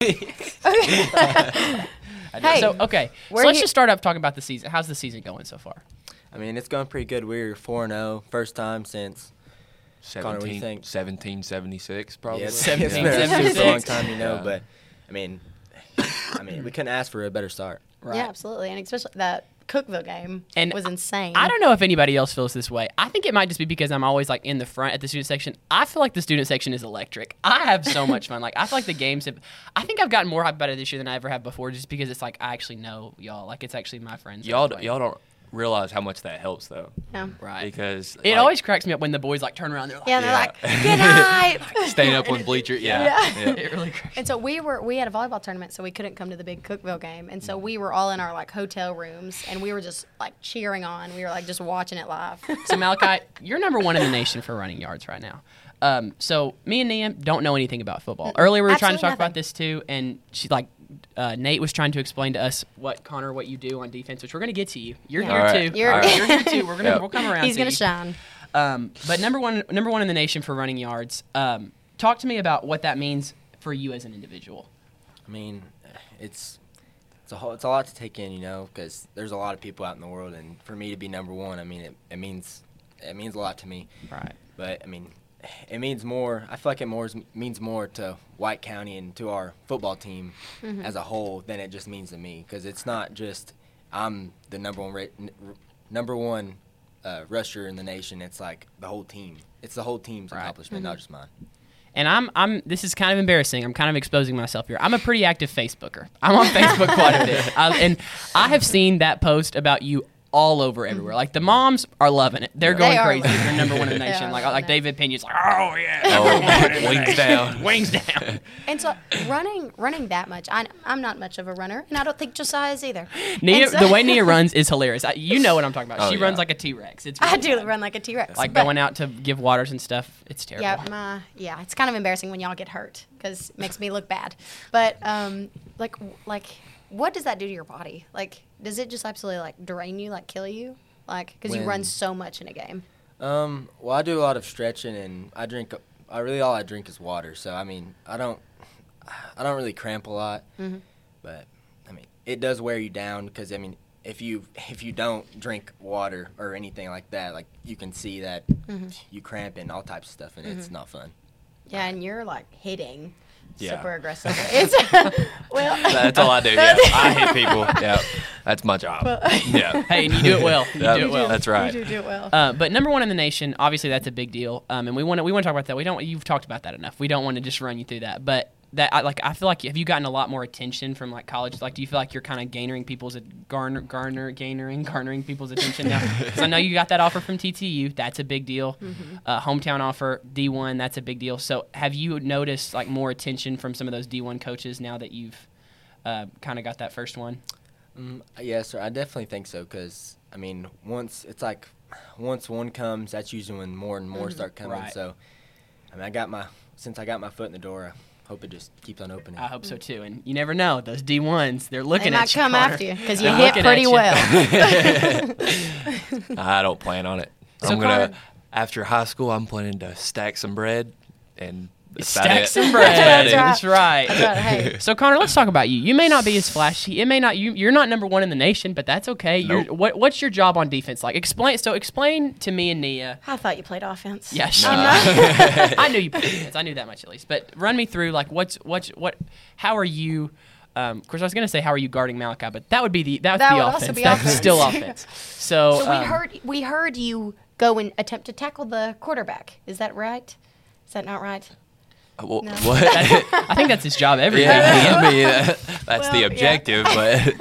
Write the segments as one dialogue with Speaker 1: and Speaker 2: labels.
Speaker 1: I did.
Speaker 2: Hey,
Speaker 1: so okay, so
Speaker 2: we're
Speaker 1: let's
Speaker 2: he-
Speaker 1: just start off talking about the season. How's the season going so far?
Speaker 3: I mean, it's going pretty good. We're 4 0, first time since. Connor, what do you
Speaker 4: 17
Speaker 3: think?
Speaker 4: 1776, probably.
Speaker 3: Yeah, it's,
Speaker 1: Seventeen,
Speaker 3: it's been a super long
Speaker 1: 76.
Speaker 3: time, you know,
Speaker 4: Yeah.
Speaker 3: but I mean, I mean, we couldn't ask for a better start.
Speaker 2: Yeah, absolutely, and especially that Cookville game
Speaker 1: And
Speaker 2: was insane.
Speaker 1: I don't know if anybody else feels this way. I think it might just be because I'm always like in the front at the student section. I feel like the student section is electric. I have so much fun. Like I feel like the games have. I think I've gotten more hype about it this year than I ever have before, just because it's like I actually know y'all. Like it's actually my friends. that
Speaker 4: Y'all,
Speaker 1: play.
Speaker 4: d- y'all don't realize how much that helps, though.
Speaker 2: Yeah,
Speaker 1: right?
Speaker 4: Because
Speaker 1: it
Speaker 4: like,
Speaker 1: always cracks me up when the boys like turn around. They're like,
Speaker 2: yeah, and they're
Speaker 4: Yeah.
Speaker 2: like, "Good night."
Speaker 4: staying up on bleacher. Yeah.
Speaker 2: Yeah.
Speaker 1: it really cracks.
Speaker 2: And so we were we had a volleyball tournament, so we couldn't come to the big Cookville game, and so we were all in our like hotel rooms, and we were just like cheering on. We were like just watching it live.
Speaker 1: So Malachi, you're number one in the nation for running yards right now. Um, so me and Nam don't know anything about football. Earlier we were trying to
Speaker 2: absolutely
Speaker 1: talk about
Speaker 2: nothing.
Speaker 1: this too, and she like uh, Nate was trying to explain to us what Connor what you do on defense, which we're gonna get to you. You're
Speaker 2: Yeah.
Speaker 1: here
Speaker 4: All
Speaker 1: too.
Speaker 4: right.
Speaker 2: You're-
Speaker 4: All right.
Speaker 1: You're here too. We're gonna
Speaker 4: Yeah.
Speaker 1: we'll come around.
Speaker 2: He's
Speaker 1: to
Speaker 2: gonna
Speaker 1: you.
Speaker 2: shine.
Speaker 1: Um, but number one, number one in the nation for running yards. Um, talk to me about what that means for you as an individual.
Speaker 3: I mean, it's it's a whole, it's a lot to take in, you know, because there's a lot of people out in the world, and for me to be number one, I mean, it, it means it means a lot to me.
Speaker 1: Right.
Speaker 3: But I mean, it means more. I feel like it more is- means more to White County and to our football team as a whole than it just means to me, because it's not just I'm the number one ra- n- r- number one uh, rusher in the nation. It's like the whole team. It's the whole team's
Speaker 1: Right.
Speaker 3: accomplishment, not just mine.
Speaker 1: and I'm I'm this is kind of embarrassing. I'm kind of exposing myself here. I'm a pretty active Facebooker. I'm on Facebook quite a bit, I, and I have seen that post about you all over everywhere. Like the moms are loving it. They're
Speaker 2: They
Speaker 1: going
Speaker 2: are
Speaker 1: crazy.
Speaker 2: loving it.
Speaker 1: They're number one in the
Speaker 2: They
Speaker 1: nation.
Speaker 2: are
Speaker 1: Like
Speaker 2: loving
Speaker 1: like
Speaker 2: it.
Speaker 1: David Pena's like, oh yeah,
Speaker 4: Oh, wings down.
Speaker 1: wings down.
Speaker 2: And so running running that much, I, I'm not much of a runner, and I don't think Josiah is either.
Speaker 1: Nia,
Speaker 2: And so-
Speaker 1: the way Nia runs is hilarious. I, you know what I'm talking about.
Speaker 4: Oh,
Speaker 1: she
Speaker 4: yeah.
Speaker 1: runs like a T Rex. It's
Speaker 2: I
Speaker 1: really
Speaker 2: do
Speaker 1: bad.
Speaker 2: run like a T Rex.
Speaker 1: Like going out to give waters and stuff. It's terrible.
Speaker 2: Yeah, my yeah, it's kind of embarrassing when y'all get hurt because it makes me look bad. But um, like like, what does that do to your body? Like, does it just absolutely like drain you, like kill you, like because you run
Speaker 3: When-
Speaker 2: so much in a game?
Speaker 3: Um, well, I do a lot of stretching, and I drink. I really all I drink is water. So I mean, I don't, I don't really cramp a lot. But I mean, it does wear you down because I mean, if you if you don't drink water or anything like that, like you can see that you cramp and all types of stuff, and it's not fun.
Speaker 2: Yeah, and you're like hitting
Speaker 4: Yeah.
Speaker 2: super aggressively. It's, well,
Speaker 4: That's all I do. Yeah. I hit people. Yeah. That's my job. Yeah.
Speaker 1: Hey, and you do it well. You
Speaker 4: That-
Speaker 1: do it well.
Speaker 4: That's right.
Speaker 2: you do do it well.
Speaker 1: Uh, but number one in the nation, obviously that's a big deal, um, and we want to we want to talk about that. We don't you've talked about that enough. We don't want to just run you through that, but that I, like I feel like have you gotten a lot more attention from like college? Like, do you feel like you're kind of garnering people's garner garner garnering garnering people's attention now? 'Cause I know you got that offer from TTU. That's a big deal.
Speaker 2: Mm-hmm.
Speaker 1: Uh, hometown offer D1. That's a big deal. So have you noticed like more attention from some of those D1 coaches now that you've uh, kind of got that first one?
Speaker 3: Mm, yes, sir. I definitely think so. Cause I mean, once it's like, once one comes, that's usually when more and more start coming.
Speaker 1: Right.
Speaker 3: So, I mean, I got my since I got my foot in the door. I hope it just keeps on opening.
Speaker 1: I hope so too. And you never know; those D ones, they're
Speaker 2: Mm.
Speaker 1: looking
Speaker 2: they might
Speaker 1: at you.
Speaker 2: come
Speaker 1: Connor.
Speaker 2: after you because you
Speaker 1: They're
Speaker 2: hit
Speaker 1: looking at
Speaker 2: pretty
Speaker 1: you.
Speaker 2: well.
Speaker 4: I don't plan on it.
Speaker 1: So
Speaker 4: I'm gonna
Speaker 1: Connor-
Speaker 4: after high school. I'm planning to stack some bread and that's about
Speaker 1: Stack
Speaker 4: it.
Speaker 1: some bread.
Speaker 4: That's about
Speaker 1: That's
Speaker 2: That's
Speaker 1: right.
Speaker 2: That's right. Hey,
Speaker 1: So Connor, let's talk about you. You may not be as flashy. It may not. You, you're not number one in the nation, but that's okay. You're,
Speaker 4: Nope.
Speaker 1: what, what's your job on defense like? Explain. So explain to me and Nia.
Speaker 2: I thought you played offense.
Speaker 1: Yeah,
Speaker 2: I'm
Speaker 1: sure.
Speaker 2: not-
Speaker 1: I knew you played defense. I knew that much at least. But run me through like what's what's what? How are you? Um, of course, I was gonna say how are you guarding Malachi, but that would be the that would
Speaker 2: That
Speaker 1: be
Speaker 2: would
Speaker 1: offense.
Speaker 2: also be
Speaker 1: That's
Speaker 2: offense.
Speaker 1: still offense. So,
Speaker 2: So
Speaker 1: um,
Speaker 2: we heard we heard you go and attempt to tackle the quarterback. Is that right? Is that not right?
Speaker 4: it. Well,
Speaker 2: No.
Speaker 4: What?
Speaker 1: I think that's his job every day.
Speaker 4: yeah, I mean, uh, that's
Speaker 2: Well,
Speaker 4: the
Speaker 2: yeah.
Speaker 4: objective. But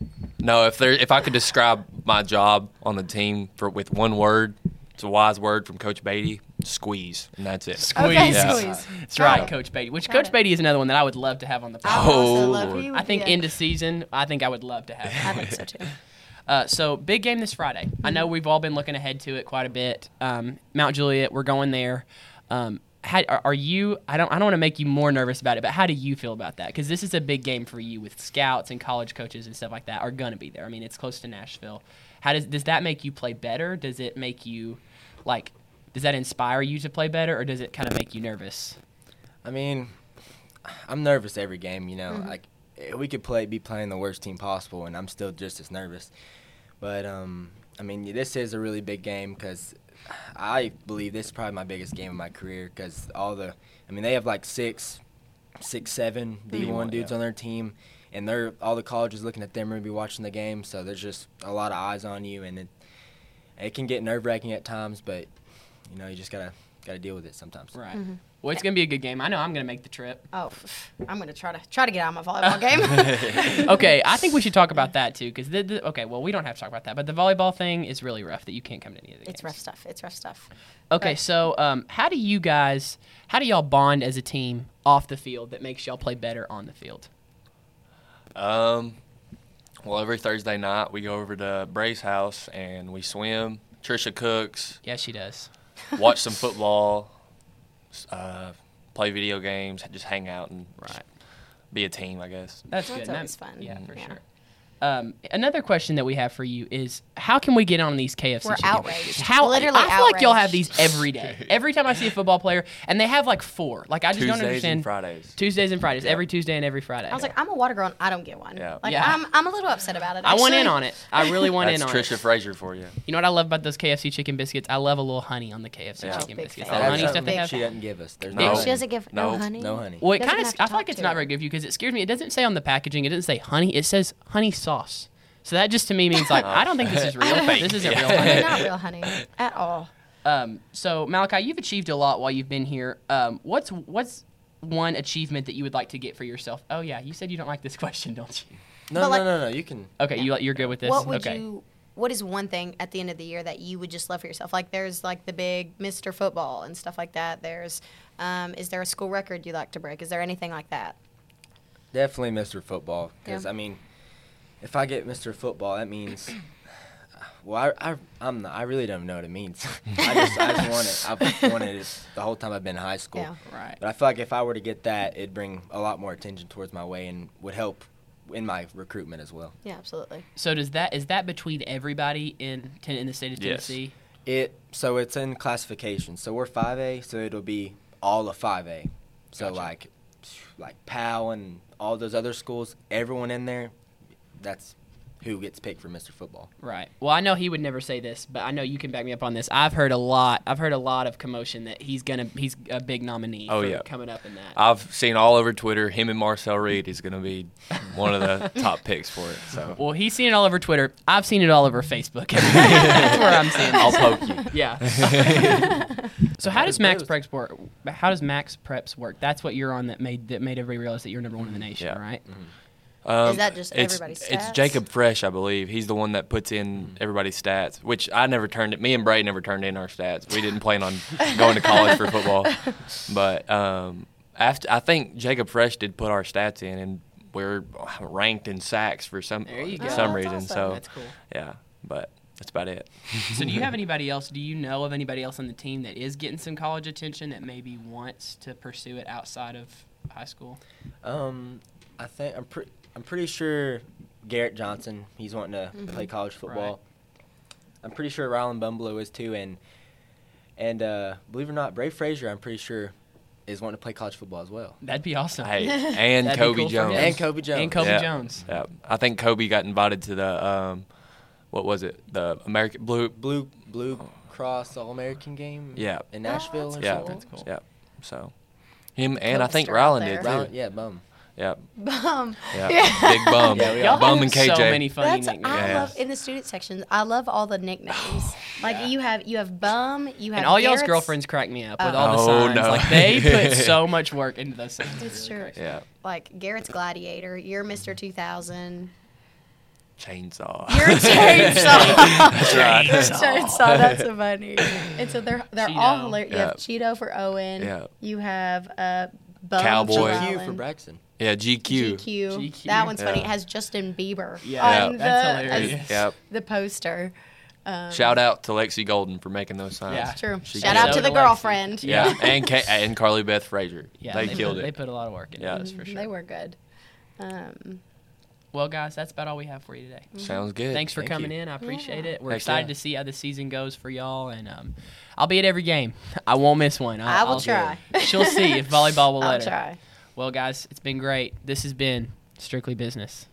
Speaker 4: no, if there, if I could describe my job on the team for with one word, it's a wise word from Coach Beatty: squeeze, and that's it.
Speaker 1: Squeeze.
Speaker 2: Okay,
Speaker 4: Yeah.
Speaker 2: squeeze.
Speaker 1: That's
Speaker 2: Got
Speaker 1: right,
Speaker 2: it.
Speaker 1: Coach Beatty. Which
Speaker 2: Got
Speaker 1: Coach
Speaker 2: it.
Speaker 1: Beatty is another one that I would love to have on the
Speaker 2: I
Speaker 1: podcast.
Speaker 2: would also
Speaker 4: Oh,
Speaker 2: love
Speaker 4: Lord.
Speaker 2: you.
Speaker 1: I think
Speaker 2: yeah.
Speaker 1: end of season, I think I would love to have.
Speaker 2: I think so too.
Speaker 1: Uh, so big game this Friday. I know we've all been looking ahead to it quite a bit. Um, Mount Juliet, we're going there. Um, how, are, are you? I don't. I don't want to make you more nervous about it, but how do you feel about that? Because this is a big game for you with scouts and college coaches and stuff like that are gonna be there. I mean, it's close to Nashville. How does does that make you play better? Does it make you like? Does that inspire you to play better, or does it kind of make you nervous?
Speaker 3: I mean, I'm nervous every game. You know, like eh, we could play be playing the worst team possible, and I'm still just as nervous. But um, I mean, this is a really big game because I believe this is probably my biggest game of my career because all the I mean they have like six, six, seven D1 dudes on their team, and they're all the colleges looking at them and be watching the game. So there's just a lot of eyes on you, and it it can get nerve wracking at times, but you know you just gotta gotta deal with it sometimes.
Speaker 1: Right. Well, it's gonna be a good game. I know I'm gonna make the trip.
Speaker 2: Oh, I'm gonna try to try to get out of my volleyball game.
Speaker 1: Okay, I think we should talk about that too, because the, the, okay, well, we don't have to talk about that, but the volleyball thing is really rough that you can't come to any of the games.
Speaker 2: it's rough stuff. It's rough stuff.
Speaker 1: Okay,
Speaker 2: Right.
Speaker 1: so um, how do you guys, how do y'all bond as a team off the field that makes y'all play better on the field?
Speaker 4: Um, well, every Thursday night we go over to Bray's house and we swim. Trisha cooks,
Speaker 1: Yeah, she does.
Speaker 4: watch some football, s- uh, play video games, just hang out and
Speaker 1: Right.
Speaker 4: be a team, I guess.
Speaker 1: That's,
Speaker 2: That's
Speaker 1: good.
Speaker 2: always
Speaker 1: That-
Speaker 2: fun.
Speaker 1: Yeah, for
Speaker 2: Yeah.
Speaker 1: sure. Um, another question that we have for you is how can we get on these KFC?
Speaker 2: We're
Speaker 1: chicken
Speaker 2: outraged.
Speaker 1: nuggets? How
Speaker 2: Literally
Speaker 1: I feel like y'all have
Speaker 2: outraged.
Speaker 1: these every day. Every time I see a football player, and they have like four. Like I just
Speaker 4: Tuesdays
Speaker 1: don't understand.
Speaker 4: and Fridays.
Speaker 1: Tuesdays and Fridays.
Speaker 4: Yeah.
Speaker 1: Every Tuesday and every Friday.
Speaker 2: I was like, I'm a water girl and I don't get one.
Speaker 4: Yeah.
Speaker 2: Like
Speaker 1: Yeah.
Speaker 2: I'm, I'm a little upset about it.
Speaker 1: I went in
Speaker 2: actually.
Speaker 1: on it. I really went
Speaker 4: That's
Speaker 1: in on
Speaker 4: Trisha
Speaker 1: it.
Speaker 4: Frazier for you.
Speaker 1: You know what I love about those KFC chicken biscuits? I love a little honey on the KFC
Speaker 4: Yeah.
Speaker 1: chicken
Speaker 2: Oh, big
Speaker 1: biscuits.
Speaker 2: fan.
Speaker 1: That
Speaker 3: That's
Speaker 1: honey
Speaker 3: something
Speaker 1: stuff they have.
Speaker 3: she doesn't give us. There's
Speaker 4: No.
Speaker 3: no,
Speaker 2: She doesn't give no,
Speaker 4: No.
Speaker 2: honey.
Speaker 3: no honey.
Speaker 1: Well, it
Speaker 2: Doesn't
Speaker 1: kind of.
Speaker 2: have to
Speaker 1: I feel
Speaker 2: talk
Speaker 1: like it's
Speaker 2: to
Speaker 1: not
Speaker 2: it.
Speaker 1: very good for you because it scares me. It doesn't say on the packaging. It doesn't say honey. It says honey sauce. So that just to me means like I don't think this is real.
Speaker 4: Fake.
Speaker 1: this isn't
Speaker 4: Yeah.
Speaker 1: real honey.
Speaker 2: not real honey at all.
Speaker 1: Um, so Malachi, you've achieved a lot while you've been here. Um, what's what's one achievement that you would like to get for yourself? Oh yeah, you said you don't like this question, don't you?
Speaker 3: No,
Speaker 2: But
Speaker 3: no,
Speaker 2: like-
Speaker 3: no, no. You can.
Speaker 1: Okay, you you're good with this.
Speaker 2: What would
Speaker 1: okay.
Speaker 2: you? What is one thing at the end of the year that you would just love for yourself? Like there's like the big Mr. Football and stuff like that. There's, um, is there a school record you like to break? Is there anything like that?
Speaker 3: Definitely Mr. Football. Because,
Speaker 2: Yeah.
Speaker 3: I mean, if I get Mr. Football, that means. Well, I, I, I'm not, I really don't know what it means. I just, I just want it. I've wanted it the whole time I've been in high school.
Speaker 2: Yeah.
Speaker 1: Right.
Speaker 3: But I feel like if I were to get that, it'd bring a lot more attention towards my way and would help in my recruitment as well.
Speaker 2: Yeah, absolutely.
Speaker 1: So does that is that between everybody in ten, in the state of
Speaker 4: Yes.
Speaker 1: Tennessee?
Speaker 3: It so it's in classification. So we're 5A, so it'll be all of 5A. So
Speaker 1: Gotcha.
Speaker 3: like like Powell and all those other schools, everyone in there, that's who gets picked for Mr. Football.
Speaker 1: Right. Well, I know he would never say this, but I know you can back me up on this. I've heard a lot. I've heard a lot of commotion that he's gonna he's a big nominee.
Speaker 4: Oh,
Speaker 1: for
Speaker 4: yeah.
Speaker 1: coming up in that.
Speaker 4: I've seen all over Twitter him and Marcel Reed is going to be one of the top picks for it. So
Speaker 1: well, he's seen it all over Twitter. I've seen it all over Facebook. That's where I'm seeing.
Speaker 4: I'll
Speaker 1: This.
Speaker 4: poke you.
Speaker 1: Yeah. so how does Max
Speaker 3: Those-
Speaker 1: Preps work? How does Max Preps work? That's what you're on that made that made everybody realize that you're number one in the nation,
Speaker 4: Yeah. Mm-hmm.
Speaker 1: right?
Speaker 4: Um,
Speaker 2: that just
Speaker 4: it's,
Speaker 2: everybody's
Speaker 4: It's
Speaker 2: stats?
Speaker 4: Jacob Fresh, I believe. He's the one that puts
Speaker 1: Mm.
Speaker 4: in everybody's stats, which I never turned it. Me and Bray never turned in our stats. We didn't plan on going to college for football, but um, after I think Jacob Fresh did put our stats in, and we're ranked in sacks for some
Speaker 1: There you
Speaker 4: for
Speaker 1: go.
Speaker 4: some
Speaker 2: Oh, that's
Speaker 4: reason.
Speaker 2: awesome.
Speaker 4: So
Speaker 1: That's cool.
Speaker 4: yeah, but that's about it.
Speaker 1: So do you have anybody else? Do you know of anybody else on the team that is getting some college attention that maybe wants to pursue it outside of high school?
Speaker 3: Um, I think I'm pretty. I'm pretty sure Garrett Johnson. He's wanting to play college football. I'm pretty sure Rylan Bumblow is too, and and uh, believe it or not, Bray Frazier. I'm pretty sure is wanting to play college football as well.
Speaker 1: That'd be awesome.
Speaker 4: Hey, and
Speaker 1: That'd be
Speaker 4: Kobe
Speaker 1: cool for him.
Speaker 4: Jones.
Speaker 3: And Kobe Jones.
Speaker 1: Oh, And Kobe
Speaker 4: Yeah.
Speaker 1: Jones.
Speaker 4: Yeah, I think Kobe got invited to the um, what was it? The American Blue.
Speaker 3: Blue Blue Cross All American game.
Speaker 4: Oh. Yeah.
Speaker 3: In Nashville
Speaker 2: Oh, that's
Speaker 3: or
Speaker 4: Yeah,
Speaker 2: cool.
Speaker 3: something.
Speaker 2: That's
Speaker 1: cool.
Speaker 4: Yeah, so him and I
Speaker 2: Coke's
Speaker 4: think
Speaker 2: still out
Speaker 4: Rylan did
Speaker 2: there.
Speaker 3: Rylan,
Speaker 4: too.
Speaker 3: yeah, bum.
Speaker 4: Yeah,
Speaker 2: Bum.
Speaker 4: yeah, big bum,
Speaker 3: Yeah, we
Speaker 1: Y'all
Speaker 4: bum
Speaker 1: have
Speaker 4: and KJ.
Speaker 1: So many funny
Speaker 2: Um, That's
Speaker 1: nicknames.
Speaker 2: I
Speaker 4: Yeah.
Speaker 2: love in the student section. I love all the nicknames. like you have you have bum. You have
Speaker 1: And all y'all's
Speaker 2: Garrett's-
Speaker 1: girlfriends crack me up with
Speaker 2: Oh.
Speaker 1: all the
Speaker 4: Oh,
Speaker 1: signs.
Speaker 4: no.
Speaker 1: Like they put so much work into those signs.
Speaker 2: It's
Speaker 1: really
Speaker 2: true.
Speaker 1: crazy.
Speaker 4: yeah,
Speaker 2: Like Garrett's Gladiator. You're Mister Two Thousand.
Speaker 4: chainsaw.
Speaker 2: You're Chainsaw.
Speaker 4: That's right.
Speaker 2: Chainsaw. That's so funny. And so they're they're all
Speaker 1: Cheeto.
Speaker 2: hilarious. You have Cheeto for Owen.
Speaker 4: Yeah.
Speaker 2: You have uh, bum
Speaker 4: Cowboy.
Speaker 2: For
Speaker 3: Q
Speaker 2: Rylan.
Speaker 3: for Braxton.
Speaker 4: Yeah, GQ.
Speaker 2: GQ.
Speaker 1: GQ.
Speaker 2: That one's funny.
Speaker 4: Yeah.
Speaker 2: It has Justin Bieber
Speaker 1: Yeah.
Speaker 2: on the
Speaker 1: That's hilarious.
Speaker 2: as
Speaker 4: Yep.
Speaker 2: the poster. Um,
Speaker 4: Shout out to Lexi Golden for making those signs.
Speaker 1: Yeah.
Speaker 2: True.
Speaker 4: She
Speaker 2: Shout
Speaker 4: did.
Speaker 2: out to the
Speaker 1: Shout out to Lexi.
Speaker 2: girlfriend.
Speaker 4: Yeah, and Ka- and Carly Beth Frazier.
Speaker 1: Yeah,
Speaker 4: they, killed
Speaker 1: put,
Speaker 4: it.
Speaker 1: They put a lot of work into
Speaker 4: Yeah.
Speaker 1: this for sure.
Speaker 2: Mm, They were good. Um,
Speaker 1: Well, guys, that's about all we have for you today.
Speaker 4: Sounds good.
Speaker 1: Thanks for
Speaker 3: Thank
Speaker 1: coming
Speaker 3: you.
Speaker 1: in. I appreciate
Speaker 2: Yeah.
Speaker 1: it. We're
Speaker 4: Heck
Speaker 1: excited
Speaker 4: yeah.
Speaker 1: to see how the season goes for y'all, and um, I'll be at every game. I won't miss
Speaker 4: Uh,
Speaker 1: one.
Speaker 2: I
Speaker 1: I'll,
Speaker 2: will
Speaker 1: I'll-
Speaker 2: try.
Speaker 1: She'll see if volleyball will
Speaker 2: I'll
Speaker 1: let her.
Speaker 2: try.
Speaker 1: Well, guys, it's been great. This has been Strictly business.